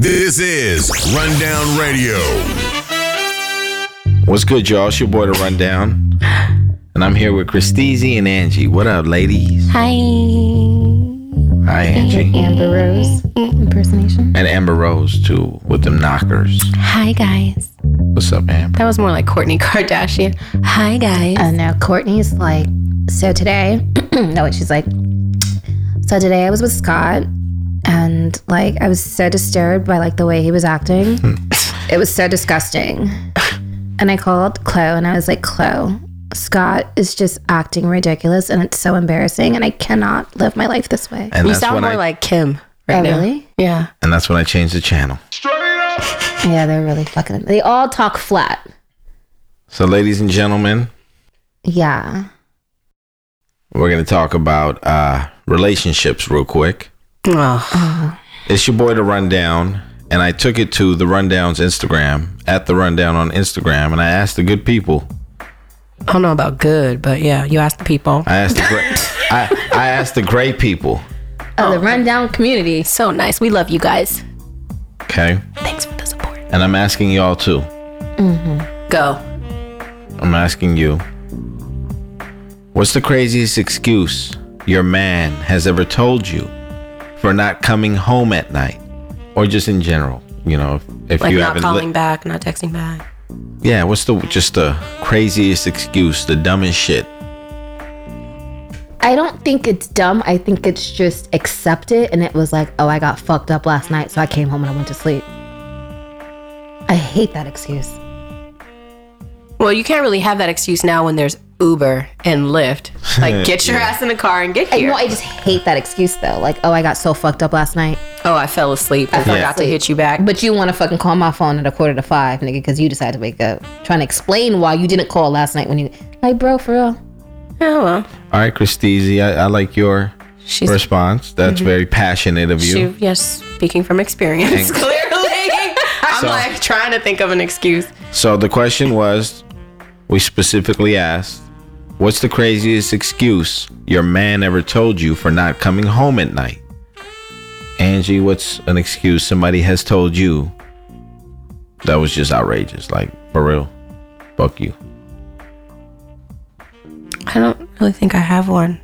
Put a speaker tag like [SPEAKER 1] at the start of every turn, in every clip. [SPEAKER 1] This is Rundown Radio.
[SPEAKER 2] What's good, y'all? It's your boy, The Rundown. And I'm here with Christese and Angie. What up, ladies?
[SPEAKER 3] Hi.
[SPEAKER 2] Hi, Angie.
[SPEAKER 4] Amber Rose impersonation.
[SPEAKER 2] And Amber Rose, too, with them knockers.
[SPEAKER 3] Hi, guys.
[SPEAKER 2] What's up, Amber?
[SPEAKER 3] That was more like Courtney Kardashian. Hi,
[SPEAKER 2] Uh,
[SPEAKER 3] guys.
[SPEAKER 4] And now Courtney's Uh, like, so today, no, wait, she's like, so today I was with Scott, and like I was so disturbed by like the way he was acting.
[SPEAKER 3] Hmm.
[SPEAKER 4] it was so disgusting. And I called Chloe, and I was like, Chloe, Scott is just acting ridiculous, and it's so embarrassing, and I cannot live my life this way.
[SPEAKER 2] And
[SPEAKER 3] you
[SPEAKER 2] that's
[SPEAKER 3] sound
[SPEAKER 2] when
[SPEAKER 3] more
[SPEAKER 2] I,
[SPEAKER 3] like Kim right
[SPEAKER 4] Oh,
[SPEAKER 3] now.
[SPEAKER 4] really?
[SPEAKER 3] Yeah.
[SPEAKER 2] And that's when I changed the channel.
[SPEAKER 4] Yeah, they're really fucking. They all talk flat.
[SPEAKER 2] So, ladies and gentlemen,
[SPEAKER 4] Yeah.
[SPEAKER 2] we're going to talk about uh, relationships real quick.
[SPEAKER 3] Oh.
[SPEAKER 2] It's your boy, The Rundown. And I took it to The Rundown's Instagram, at The Rundown on Instagram. And I asked the good people
[SPEAKER 3] I don't know about good, but yeah, you ask the people.
[SPEAKER 2] I asked the great. I, I asked the great people.
[SPEAKER 4] Oh, the rundown community.
[SPEAKER 3] So nice. We love you guys.
[SPEAKER 2] Okay,
[SPEAKER 3] Thanks for the support.
[SPEAKER 2] and I'm asking y'all too.
[SPEAKER 3] Go.
[SPEAKER 2] I'm asking you. What's the craziest excuse your man has ever told you for not coming home at night, or just in general? You know, if, if
[SPEAKER 3] Like
[SPEAKER 2] you
[SPEAKER 3] not
[SPEAKER 2] haven't.
[SPEAKER 3] calling
[SPEAKER 2] Li-
[SPEAKER 3] back, not texting back.
[SPEAKER 2] yeah, what's the just the craziest excuse, the dumbest shit?
[SPEAKER 4] I don't think it's dumb. I think it's just accept it. And it was like, oh, I got fucked up last night, so I came home and I went to sleep. I hate that excuse.
[SPEAKER 3] Well, you can't really have that excuse now when there's Uber and Lyft. Like, get your ass in the car and get
[SPEAKER 4] I,
[SPEAKER 3] here.
[SPEAKER 4] no, I just hate that excuse though. Like, oh, I got so fucked up last night.
[SPEAKER 3] oh, I fell asleep. I forgot to
[SPEAKER 4] asleep.
[SPEAKER 3] hit you back.
[SPEAKER 4] But you want to fucking call my phone at a quarter to five, nigga, because you decided to wake up. Trying to explain why you didn't call last night when you. Like, bro, for real.
[SPEAKER 3] oh, well.
[SPEAKER 2] All right, Christese, I, I like your
[SPEAKER 3] She's
[SPEAKER 2] response. That's
[SPEAKER 3] Mm-hmm.
[SPEAKER 2] very passionate of you.
[SPEAKER 3] She, yes, speaking from experience, clearly. I'm
[SPEAKER 2] So-
[SPEAKER 3] like trying to think of an excuse.
[SPEAKER 2] So the question was, we specifically asked, what's the craziest excuse your man ever told you for not coming home at night? Angie, what's an excuse somebody has told you that was just outrageous? Like, for real. Fuck you.
[SPEAKER 3] I don't really think I have one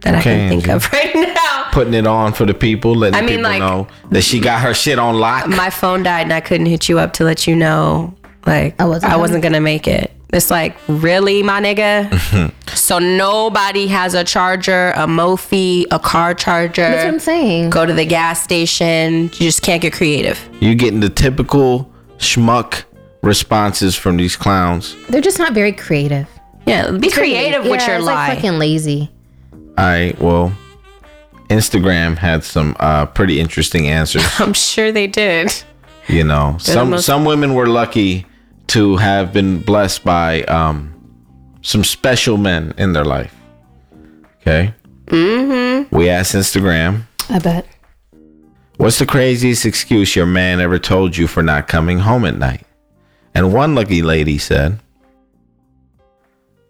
[SPEAKER 3] that I
[SPEAKER 2] Okay,
[SPEAKER 3] can think
[SPEAKER 2] Angie.
[SPEAKER 3] of right now.
[SPEAKER 2] Putting it on for the people, letting
[SPEAKER 3] I mean,
[SPEAKER 2] people
[SPEAKER 3] like-
[SPEAKER 2] know that she got her shit on lock.
[SPEAKER 3] My phone died and I couldn't hit you up to let you know, like, I wasn't,
[SPEAKER 4] wasn't
[SPEAKER 3] I wasn't gonna make it. It's like, really, my nigga? so nobody has a charger, a Mophie, a car
[SPEAKER 4] That's what I'm
[SPEAKER 3] charger.
[SPEAKER 4] saying.
[SPEAKER 3] Go to the gas station. You just can't get creative.
[SPEAKER 2] you getting the typical schmuck responses from these clowns.
[SPEAKER 4] They're just not very creative.
[SPEAKER 3] Yeah, be creative with
[SPEAKER 4] Yeah,
[SPEAKER 3] your
[SPEAKER 4] it's
[SPEAKER 3] lie.
[SPEAKER 4] Like fucking lazy.
[SPEAKER 2] All right, well, Instagram had some uh, pretty interesting answers.
[SPEAKER 3] I'm sure they did.
[SPEAKER 2] You know, some
[SPEAKER 3] most-
[SPEAKER 2] some women were lucky to have been blessed by um, some special men in their life. Okay. Mm-hmm. We asked Instagram,
[SPEAKER 4] I bet.
[SPEAKER 2] "What's the craziest excuse your man ever told you for not coming home at night?" And one lucky lady said,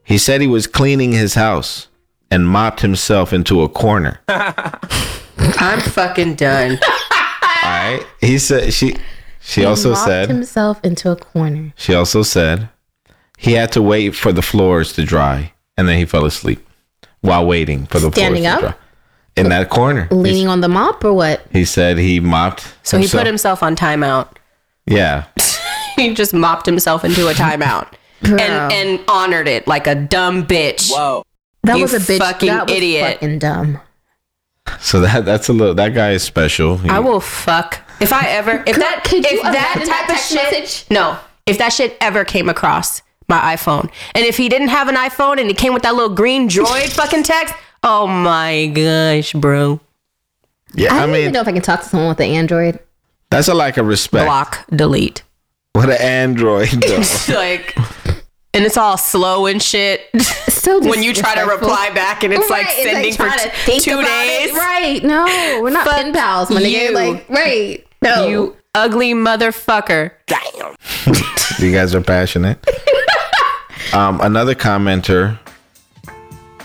[SPEAKER 2] "He said he was cleaning his house and mopped himself into a corner."
[SPEAKER 3] I'm fucking done.
[SPEAKER 2] All right. He said she. She also
[SPEAKER 4] locked
[SPEAKER 2] said
[SPEAKER 4] himself into a corner.
[SPEAKER 2] she also said he had to wait for the floors to dry, and then he fell asleep while waiting for the
[SPEAKER 4] Standing
[SPEAKER 2] floors
[SPEAKER 4] up?
[SPEAKER 2] to dry. In that corner,
[SPEAKER 4] Leaning on the mop or what?
[SPEAKER 2] he, he said he mopped.
[SPEAKER 3] So he put himself on timeout.
[SPEAKER 2] Yeah,
[SPEAKER 3] He just mopped himself into a timeout and and honored it like a dumb bitch. Whoa.
[SPEAKER 4] That
[SPEAKER 3] You
[SPEAKER 4] was a bitch.
[SPEAKER 3] fucking
[SPEAKER 4] that was
[SPEAKER 3] idiot.
[SPEAKER 4] Fucking dumb.
[SPEAKER 2] so that that's a little. That guy is special. He-
[SPEAKER 3] I will fuck if I ever if that
[SPEAKER 4] could you
[SPEAKER 3] if that
[SPEAKER 4] imagine
[SPEAKER 3] type
[SPEAKER 4] that
[SPEAKER 3] of
[SPEAKER 4] text
[SPEAKER 3] shit
[SPEAKER 4] message?
[SPEAKER 3] no if that shit ever came across my iPhone and if he didn't have an iPhone and it came with that little green droid fucking text oh my gosh bro
[SPEAKER 2] yeah,
[SPEAKER 4] I,
[SPEAKER 2] I,
[SPEAKER 4] don't even
[SPEAKER 2] mean
[SPEAKER 4] know if I can talk to someone with an Android.
[SPEAKER 2] that's a lack of respect.
[SPEAKER 3] block delete
[SPEAKER 2] What an android. though.
[SPEAKER 3] like and it's all slow and shit
[SPEAKER 4] So
[SPEAKER 3] when you try to
[SPEAKER 4] disrespectful.
[SPEAKER 3] reply back and it's like
[SPEAKER 4] Right, it's
[SPEAKER 3] sending
[SPEAKER 4] trying to
[SPEAKER 3] for t-
[SPEAKER 4] think
[SPEAKER 3] two
[SPEAKER 4] about
[SPEAKER 3] days
[SPEAKER 4] it. Right? No, we're not
[SPEAKER 3] Fuck
[SPEAKER 4] pen pals, my nigga.
[SPEAKER 3] you.
[SPEAKER 4] Like, right? No.
[SPEAKER 3] You ugly motherfucker. Damn.
[SPEAKER 2] You guys are passionate. um, another commenter.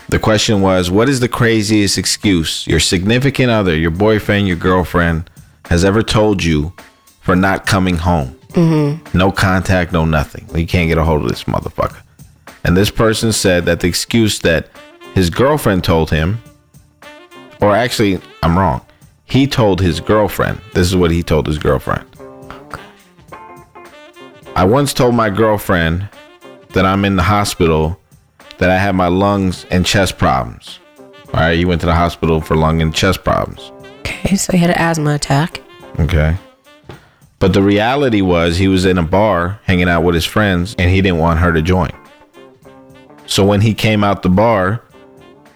[SPEAKER 2] The question was, what is the craziest excuse your significant other, your boyfriend, your girlfriend has ever told you for not coming home. No contact, no nothing. You can't get a hold of this motherfucker. And this person said that the excuse that his girlfriend told him, or actually, I'm wrong. He told his girlfriend. This is what he told his girlfriend. I once told my girlfriend that I'm in the hospital, that I have my lungs and chest problems. All right, you went to the hospital for lung and chest problems.
[SPEAKER 3] Okay, so he had an asthma attack.
[SPEAKER 2] Okay. But the reality was he was in a bar hanging out with his friends and he didn't want her to join. So when he came out the bar,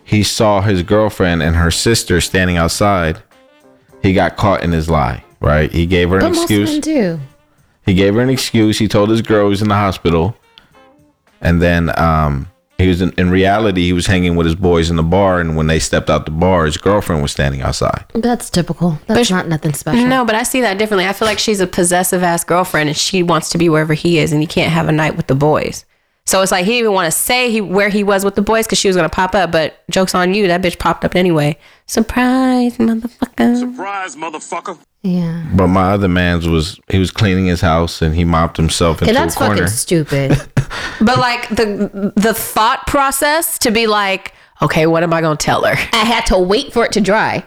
[SPEAKER 2] he saw his girlfriend and her sister standing outside. He got caught in his lie, right? He gave her an
[SPEAKER 4] But most
[SPEAKER 2] excuse.
[SPEAKER 4] men do.
[SPEAKER 2] He gave her an excuse. He told his girl he was in the hospital, and then um, he was in, in reality he was hanging with his boys in the bar. And when they stepped out the bar, his girlfriend was standing outside.
[SPEAKER 4] That's typical. That's
[SPEAKER 3] sh-
[SPEAKER 4] not nothing special.
[SPEAKER 3] No, but I see that differently. I feel like she's a possessive ass girlfriend and she wants to be wherever he is and he can't have a night with the boys. So it's like he didn't even want to say he, where he was with the boys because she was going to pop up, but joke's on you. That bitch popped up anyway. Surprise, motherfucker.
[SPEAKER 5] Surprise, motherfucker.
[SPEAKER 4] Yeah.
[SPEAKER 2] But my other man's was he was cleaning his house and he mopped himself into
[SPEAKER 4] And that's
[SPEAKER 2] a corner.
[SPEAKER 4] fucking stupid.
[SPEAKER 3] But like the the thought process to be like, okay, what am I going to tell her?
[SPEAKER 4] I had to wait for it to dry.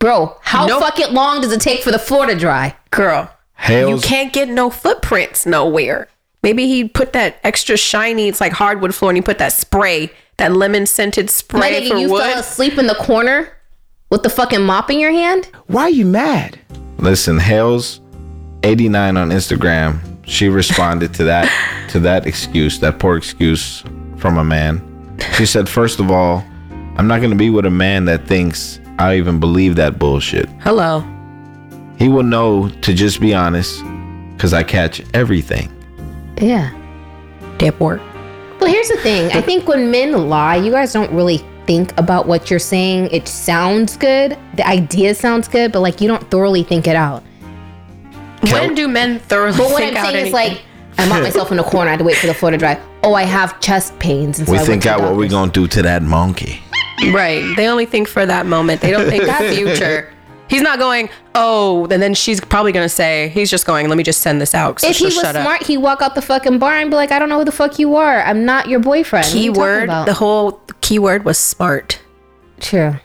[SPEAKER 4] Bro, how
[SPEAKER 3] Nope.
[SPEAKER 4] fucking long does it take for the floor to dry?
[SPEAKER 3] Girl, you
[SPEAKER 2] Hales,
[SPEAKER 3] can't get no footprints nowhere. Maybe he put that extra shiny, it's like hardwood floor, and he put that spray, that lemon scented
[SPEAKER 4] My
[SPEAKER 3] spray
[SPEAKER 4] nigga,
[SPEAKER 3] for
[SPEAKER 4] you
[SPEAKER 3] wood.
[SPEAKER 4] fell asleep in the corner with the fucking mop in your hand?
[SPEAKER 6] Why you mad?
[SPEAKER 2] listen, Hales, eighty nine on Instagram. She responded to that to that excuse, that poor excuse from a man. She said, first of all, I'm not gonna be with a man that thinks I even believe that bullshit.
[SPEAKER 3] Hello.
[SPEAKER 2] He will know to just be honest, because I catch everything.
[SPEAKER 4] Yeah.
[SPEAKER 3] Dip work.
[SPEAKER 4] Well, here's the thing. I think when men lie, you guys don't really think about what you're saying. It sounds good. The idea sounds good, but like you don't thoroughly think it out.
[SPEAKER 3] When do men thoroughly
[SPEAKER 4] But what
[SPEAKER 3] think
[SPEAKER 4] I'm
[SPEAKER 3] out
[SPEAKER 4] saying
[SPEAKER 3] anything?
[SPEAKER 4] is like I mopped myself in the corner. I had to wait for the floor to dry. Oh, I have chest pains. And so
[SPEAKER 2] we
[SPEAKER 4] I
[SPEAKER 2] think
[SPEAKER 4] went to
[SPEAKER 2] out
[SPEAKER 4] the
[SPEAKER 2] what we're
[SPEAKER 4] doctor.
[SPEAKER 2] gonna do to that monkey.
[SPEAKER 3] right? They only think for that moment. They don't think that future. He's not going. Oh, and then she's probably gonna say he's just going. Let me just send this out. So
[SPEAKER 4] If he
[SPEAKER 3] she'll
[SPEAKER 4] was
[SPEAKER 3] shut up.
[SPEAKER 4] smart, he'd walk out the fucking bar and be like, "I don't know who the fuck you are. I'm not your boyfriend." What are you talking
[SPEAKER 3] Keyword.
[SPEAKER 4] about?
[SPEAKER 3] The whole keyword was smart.
[SPEAKER 4] true.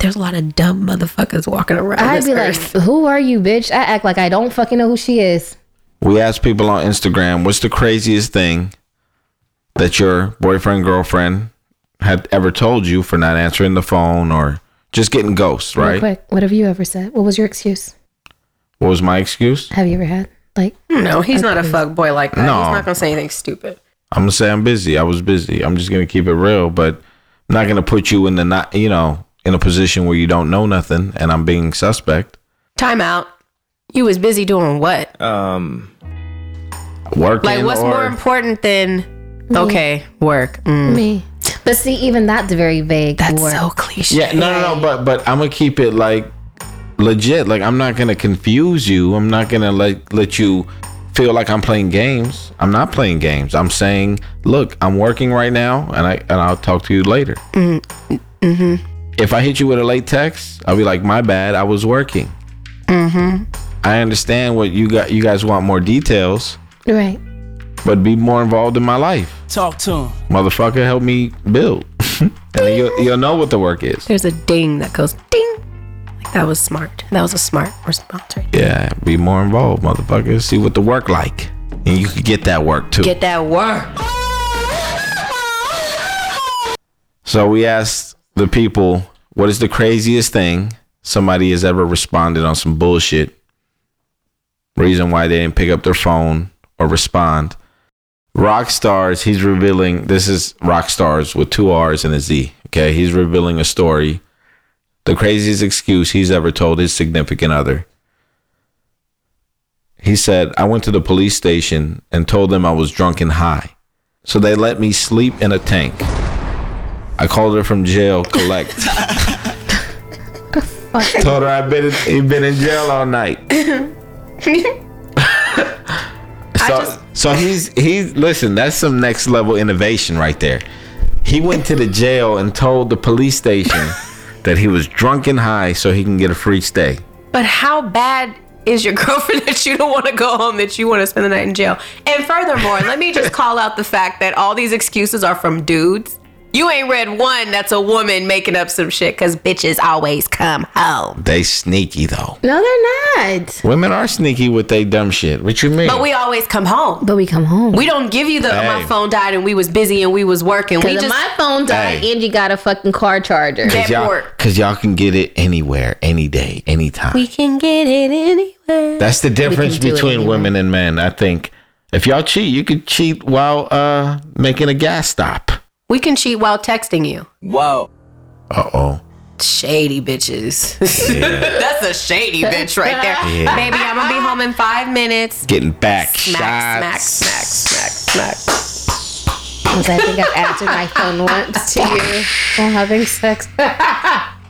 [SPEAKER 3] There's a lot of dumb motherfuckers walking around
[SPEAKER 4] I'd
[SPEAKER 3] this
[SPEAKER 4] be
[SPEAKER 3] earth.
[SPEAKER 4] like, "Who are you, bitch?" I act like I don't fucking know who she is.
[SPEAKER 2] We asked people on Instagram, what's the craziest thing that your boyfriend, girlfriend had ever told you for not answering the phone or just getting ghosts,
[SPEAKER 4] Real
[SPEAKER 2] right?
[SPEAKER 4] quick, what have you ever said? What was your excuse?
[SPEAKER 2] What was my excuse?
[SPEAKER 4] Have you ever had like?
[SPEAKER 3] no, he's not a fuck boy like that.
[SPEAKER 2] No.
[SPEAKER 3] He's not gonna say anything stupid.
[SPEAKER 2] I'm gonna say I'm busy. I was busy. I'm just gonna keep it real, but I'm not gonna put you in the not you know, in a position where you don't know nothing and I'm being suspect.
[SPEAKER 3] Time out. You was busy doing what?
[SPEAKER 2] Uh,
[SPEAKER 6] Um,
[SPEAKER 2] Working
[SPEAKER 3] like, what's
[SPEAKER 2] or
[SPEAKER 3] more important than? Okay, work. Mm.
[SPEAKER 4] Me. But see, even that's very vague.
[SPEAKER 3] That's
[SPEAKER 4] Or-
[SPEAKER 3] so cliche.
[SPEAKER 2] Yeah, no, no, no, but but I'm gonna keep it like legit. Like I'm not gonna confuse you. I'm not gonna like let you feel like I'm playing games. I'm not playing games. I'm saying, look, I'm working right now, and I and I'll talk to you later. Mm-hmm. If I hit you with a late text, I'll be like, my bad, I was working. Mm-hmm. I understand what you got. You guys want more details,
[SPEAKER 4] Right.
[SPEAKER 2] but be more involved in my life,
[SPEAKER 7] Talk to him.
[SPEAKER 2] motherfucker. Help me build, and then you'll you'll know what the work is.
[SPEAKER 3] There's a ding that goes ding. Like that was smart. That was a smart response. Right?
[SPEAKER 2] Yeah, be more involved, motherfucker. See what the work like. And you could get that work too.
[SPEAKER 3] Get that work.
[SPEAKER 2] so we asked the people, what is the craziest thing somebody has ever responded on some bullshit? Reason why they didn't pick up their phone or respond. Rock stars, he's revealing this is rock stars with two R's and a Z. Okay, he's revealing a story. The craziest excuse he's ever told his significant other. He said, I went to the police station and told them I was drunk and high. So they let me sleep in a tank. I called her from jail, collect. told her I've been in, been in jail all night. so, so he's he's listen, that's some next level innovation right there. He went to the jail and told the police station that he was drunk and high so he can get a free stay.
[SPEAKER 3] But how bad is your girlfriend that you don't want to go home, that you want to spend the night in jail? And furthermore, let me just call out the fact that all these excuses are from dudes. You ain't read one that's a woman making up some shit because bitches always come home.
[SPEAKER 2] They sneaky though.
[SPEAKER 4] No, they're not.
[SPEAKER 2] Women are sneaky with they dumb shit. What you mean?
[SPEAKER 3] But we always come home.
[SPEAKER 4] But we come home.
[SPEAKER 3] We don't give you the "Oh,
[SPEAKER 2] Hey.
[SPEAKER 3] my phone died and we was busy and we was working. We
[SPEAKER 4] Because
[SPEAKER 3] just
[SPEAKER 4] if my phone died,
[SPEAKER 2] Hey.
[SPEAKER 4] Angie got a fucking car charger.
[SPEAKER 3] That-
[SPEAKER 2] Cause y'all,
[SPEAKER 3] Network.
[SPEAKER 2] cause y'all can get it anywhere, any day, anytime.
[SPEAKER 3] we can get it anywhere.
[SPEAKER 2] That's the difference
[SPEAKER 4] do it
[SPEAKER 2] between
[SPEAKER 4] anywhere.
[SPEAKER 2] women and men. I think if y'all cheat, you could cheat while uh making a gas stop.
[SPEAKER 3] We can cheat while texting you.
[SPEAKER 2] Uh oh.
[SPEAKER 3] Shady bitches. That's a shady bitch right there.
[SPEAKER 2] Yeah.
[SPEAKER 3] Baby, I'm gonna be home in five minutes.
[SPEAKER 2] Getting back
[SPEAKER 3] Smack,
[SPEAKER 2] shots.
[SPEAKER 3] smack, smack, smack, smack.
[SPEAKER 4] Because I think I've answered my phone once to you while having sex.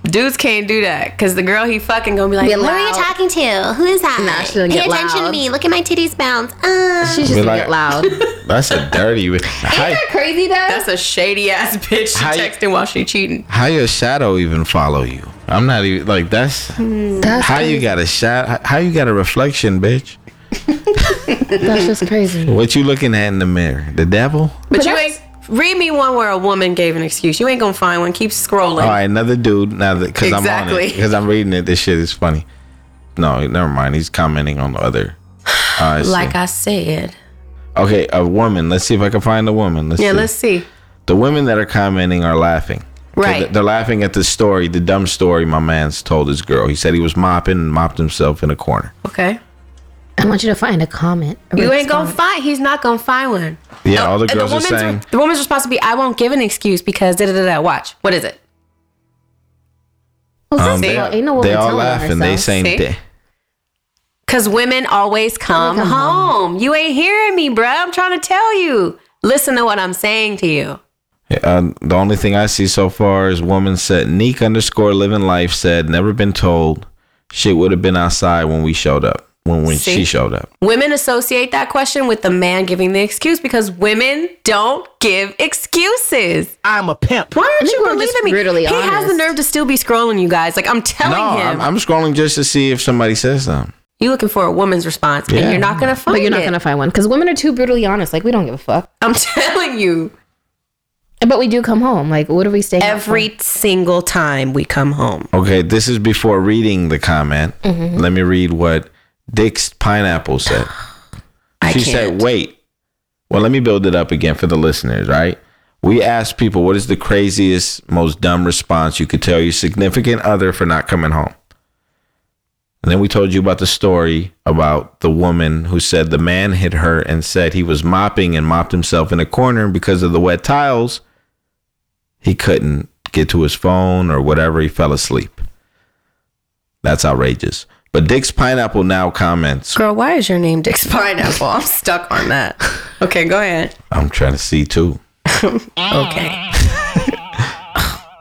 [SPEAKER 3] Dudes can't do that because the girl he fucking gonna be like,
[SPEAKER 4] Be
[SPEAKER 5] Who
[SPEAKER 4] loud.
[SPEAKER 5] are you talking to? Who is that?
[SPEAKER 4] Nah, she gonna
[SPEAKER 5] Pay
[SPEAKER 4] get
[SPEAKER 5] attention
[SPEAKER 4] loud.
[SPEAKER 5] to me. Look at my titties bounce. Uh,
[SPEAKER 4] She's just
[SPEAKER 2] Be
[SPEAKER 4] gonna
[SPEAKER 2] like-
[SPEAKER 4] get loud.
[SPEAKER 2] That's a dirty. wi- how,
[SPEAKER 4] Crazy though.
[SPEAKER 3] That's a shady ass bitch
[SPEAKER 2] How you-
[SPEAKER 3] texting while she cheating.
[SPEAKER 2] how your shadow even follow you? I'm not even like that's
[SPEAKER 4] That's
[SPEAKER 2] how you got a shot. How you got a reflection, bitch?
[SPEAKER 4] That's just crazy.
[SPEAKER 2] What you looking at in the mirror? The devil?
[SPEAKER 3] But, you ain't read me one where a woman gave an excuse. You ain't gonna find one. Keep scrolling.
[SPEAKER 2] All right, another dude. Now that because I'm on
[SPEAKER 3] Exactly.
[SPEAKER 2] it, because I'm reading it, this shit is funny. No, never mind. He's commenting on the other. Uh, let's see.
[SPEAKER 3] Like I said.
[SPEAKER 2] okay, a woman. Let's see if I can find a woman. Let's
[SPEAKER 3] Yeah,
[SPEAKER 2] see.
[SPEAKER 3] let's see.
[SPEAKER 2] The women that are commenting are laughing.
[SPEAKER 3] Right.
[SPEAKER 2] They're- They're laughing at the story, the dumb story my man's told his girl. He said he was mopping and mopped himself in a corner.
[SPEAKER 3] Okay.
[SPEAKER 4] I want you to find a comment. a
[SPEAKER 3] You ain't gonna
[SPEAKER 4] response.
[SPEAKER 3] find. He's not gonna find one.
[SPEAKER 2] Yeah, all the
[SPEAKER 3] Oh, And
[SPEAKER 2] girls are
[SPEAKER 3] woman's re-
[SPEAKER 2] saying.
[SPEAKER 3] the woman's response would be, "I won't give an excuse because da da da da." Watch, what is it?
[SPEAKER 4] Well,
[SPEAKER 2] um,
[SPEAKER 4] this
[SPEAKER 2] they,
[SPEAKER 4] girl ain't no woman
[SPEAKER 2] they all
[SPEAKER 4] telling on
[SPEAKER 2] laughing. They
[SPEAKER 4] herself.
[SPEAKER 2] saying
[SPEAKER 3] See?
[SPEAKER 2] that.
[SPEAKER 3] Because women always come,
[SPEAKER 4] come
[SPEAKER 3] home. You ain't hearing me, bruh. I'm trying to tell you. Listen to what I'm saying to you.
[SPEAKER 2] Uh, the only thing I see so far is woman said Neek underscore living life said never been told shit would have been outside when we showed up when when
[SPEAKER 3] See?
[SPEAKER 2] she showed up.
[SPEAKER 3] Women associate that question with the man giving the excuse because women don't give excuses.
[SPEAKER 6] I'm a pimp.
[SPEAKER 3] Why aren't
[SPEAKER 4] think
[SPEAKER 3] you
[SPEAKER 4] we're
[SPEAKER 3] believing
[SPEAKER 4] just
[SPEAKER 3] me?
[SPEAKER 4] brutally
[SPEAKER 3] he has the
[SPEAKER 4] honest.
[SPEAKER 3] nerve to still be scrolling, you guys. Like I'm telling
[SPEAKER 2] No,
[SPEAKER 3] him,
[SPEAKER 2] Oh, I'm, I'm scrolling just to see if somebody says something.
[SPEAKER 3] you looking for a woman's response,
[SPEAKER 2] Yeah.
[SPEAKER 3] and you're not gonna find
[SPEAKER 4] But you're not
[SPEAKER 3] it.
[SPEAKER 4] gonna find one because women are too brutally honest. Like we don't give a fuck.
[SPEAKER 3] I'm telling you.
[SPEAKER 4] But we do come home. Like what are we staying? up for?
[SPEAKER 3] every single time we come home.
[SPEAKER 2] Okay, this is before reading the comment.
[SPEAKER 3] Mm-hmm.
[SPEAKER 2] Let me read what Dick's pineapple said.
[SPEAKER 3] I
[SPEAKER 2] she
[SPEAKER 3] can't.
[SPEAKER 2] said, "Wait." Well, let me build it up again for the listeners, right? We asked people what is the craziest, most dumb response you could tell your significant other for not coming home. And then we told you about the story about the woman who said the man hit her and said he was mopping and mopped himself in a corner and because of the wet tiles, he couldn't get to his phone or whatever, he fell asleep. That's outrageous. But Dick's Pineapple now comments
[SPEAKER 3] Girl, why is your name Dick's Pineapple? I'm stuck on that. Okay, go ahead.
[SPEAKER 2] I'm trying to see too.
[SPEAKER 3] Okay.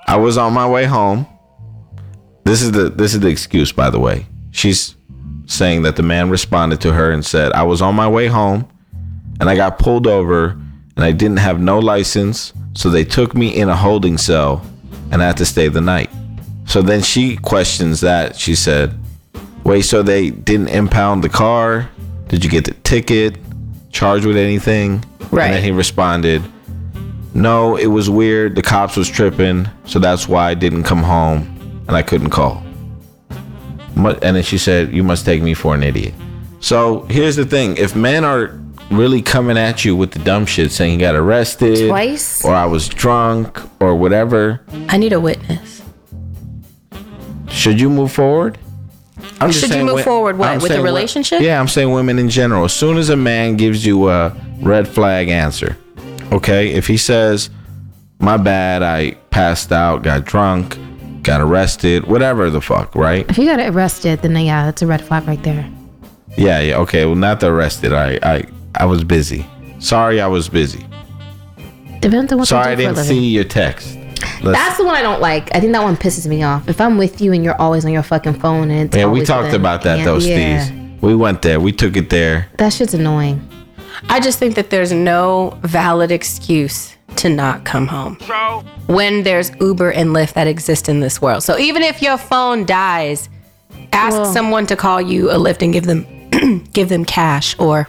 [SPEAKER 2] I was on my way home. This is the this is the excuse, by the way. She's saying that the man responded to her and said, "I was on my way home, and I got pulled over, and I didn't have no license, so they took me in a holding cell, and I had to stay the night." So then she questions that. She said, "Wait, so they didn't impound the car? Did you get the ticket? Charged with anything?" And
[SPEAKER 3] Right.
[SPEAKER 2] then he responded, no, it was weird. The cops was tripping, so that's why I didn't come home and I couldn't call. Mu- And then she said, "You must take me for an idiot." So here's the thing: if men are really coming at you with the dumb shit, saying you got arrested
[SPEAKER 4] Twice?
[SPEAKER 2] or I was drunk or whatever,
[SPEAKER 3] I need a witness.
[SPEAKER 2] should you move forward? I'm
[SPEAKER 3] Should you move
[SPEAKER 2] wo-
[SPEAKER 3] forward what, with the
[SPEAKER 2] saying wo-
[SPEAKER 3] relationship?
[SPEAKER 2] yeah, I'm saying women in general. As soon as a man gives you a red flag answer, okay, if he says, "My bad, I passed out, got drunk, got arrested, whatever the fuck," right?
[SPEAKER 4] If you got arrested, then yeah, that's a red flag right there.
[SPEAKER 2] Yeah, yeah, okay. Well, not the arrested. I, I, I was busy. Sorry, I was busy.
[SPEAKER 4] Depends on what
[SPEAKER 2] Sorry, I
[SPEAKER 4] you do for a
[SPEAKER 2] didn't
[SPEAKER 4] living.
[SPEAKER 2] see your text. Let's-
[SPEAKER 4] That's the one I don't like. I think that one pisses me off. If I'm with you and you're always on your fucking phone and it's
[SPEAKER 2] yeah, we
[SPEAKER 4] always
[SPEAKER 2] talked
[SPEAKER 4] them,
[SPEAKER 2] about that
[SPEAKER 4] and-
[SPEAKER 2] though,
[SPEAKER 4] yeah.
[SPEAKER 2] Steve. We went there. We took it there.
[SPEAKER 4] That shit's annoying.
[SPEAKER 3] I just think that there's no valid excuse to not come home. When there's Uber and Lyft that exist in this world. So even if your phone dies, ask someone to call you a lift and give them give them cash or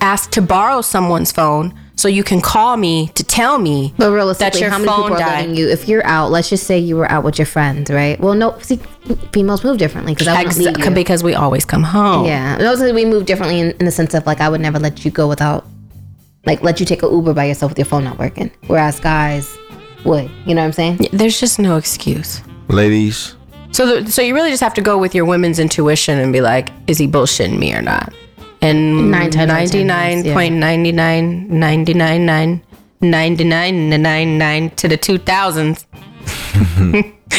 [SPEAKER 3] ask to borrow someone's phone so you can call me to tell me
[SPEAKER 4] But
[SPEAKER 3] that
[SPEAKER 4] realistically,
[SPEAKER 3] your
[SPEAKER 4] how many
[SPEAKER 3] phone
[SPEAKER 4] people are
[SPEAKER 3] died.
[SPEAKER 4] letting you? If you're out, let's just say you were out with your friends, right? Well, no, see, females move differently because I would
[SPEAKER 3] Ex-
[SPEAKER 4] leave you.
[SPEAKER 3] because we always come home.
[SPEAKER 4] yeah, And also we move differently in, in the sense of like I would never let you go without, like, let you take a Uber by yourself with your phone not working. Whereas guys would, you know what I'm saying?
[SPEAKER 3] There's just no excuse.
[SPEAKER 2] Ladies,
[SPEAKER 3] So the, so you really just have to go with your women's intuition and be like, is he bullshitting me or not? And
[SPEAKER 4] Nine times out of ten, yes, yeah.
[SPEAKER 3] 99.99, 99.9, 99.99 to the 2000s,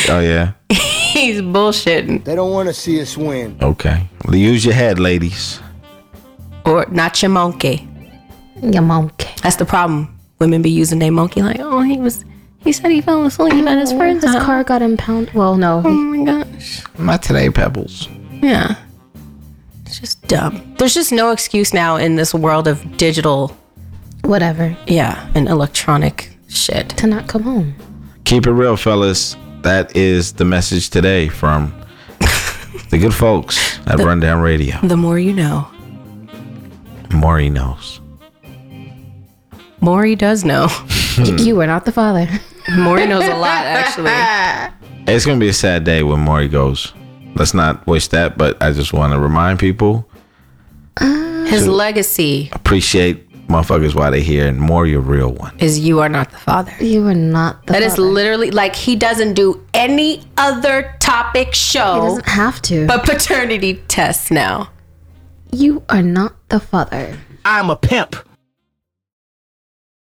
[SPEAKER 2] oh yeah,
[SPEAKER 3] he's bullshitting.
[SPEAKER 6] They don't want to see us win.
[SPEAKER 2] okay. Use your head, ladies.
[SPEAKER 3] Or not your monkey.
[SPEAKER 4] Your mom. ca-
[SPEAKER 3] That's the problem. Women be using their monkey like, oh, he was, he said he fell asleep at his friend's
[SPEAKER 4] This
[SPEAKER 3] house.
[SPEAKER 4] car got impounded.
[SPEAKER 3] Oh
[SPEAKER 4] Well, no,
[SPEAKER 3] my gosh.
[SPEAKER 2] Not today, Pebbles.
[SPEAKER 3] Yeah. It's just dumb. There's just no excuse now in this world of digital,
[SPEAKER 4] whatever.
[SPEAKER 3] yeah, and electronic shit.
[SPEAKER 4] To not come home.
[SPEAKER 2] Keep it real, fellas. That is the message today from the good folks at Rundown Radio.
[SPEAKER 3] The more you know.
[SPEAKER 2] Maury knows.
[SPEAKER 3] Maury does know.
[SPEAKER 4] You were not the father.
[SPEAKER 3] Maury knows a lot, actually.
[SPEAKER 2] It's gonna be a sad day when Maury goes. Let's not wish that, but I just want to remind people
[SPEAKER 3] His legacy
[SPEAKER 2] appreciate motherfuckers while they here, and Maury a real one.
[SPEAKER 3] is you are not the father.
[SPEAKER 4] You were not the
[SPEAKER 3] That
[SPEAKER 4] father.
[SPEAKER 3] is literally like he doesn't do any other topic
[SPEAKER 4] He
[SPEAKER 3] show
[SPEAKER 4] doesn't have to.
[SPEAKER 3] but paternity tests now.
[SPEAKER 4] you are not the father.
[SPEAKER 7] I'm a pimp.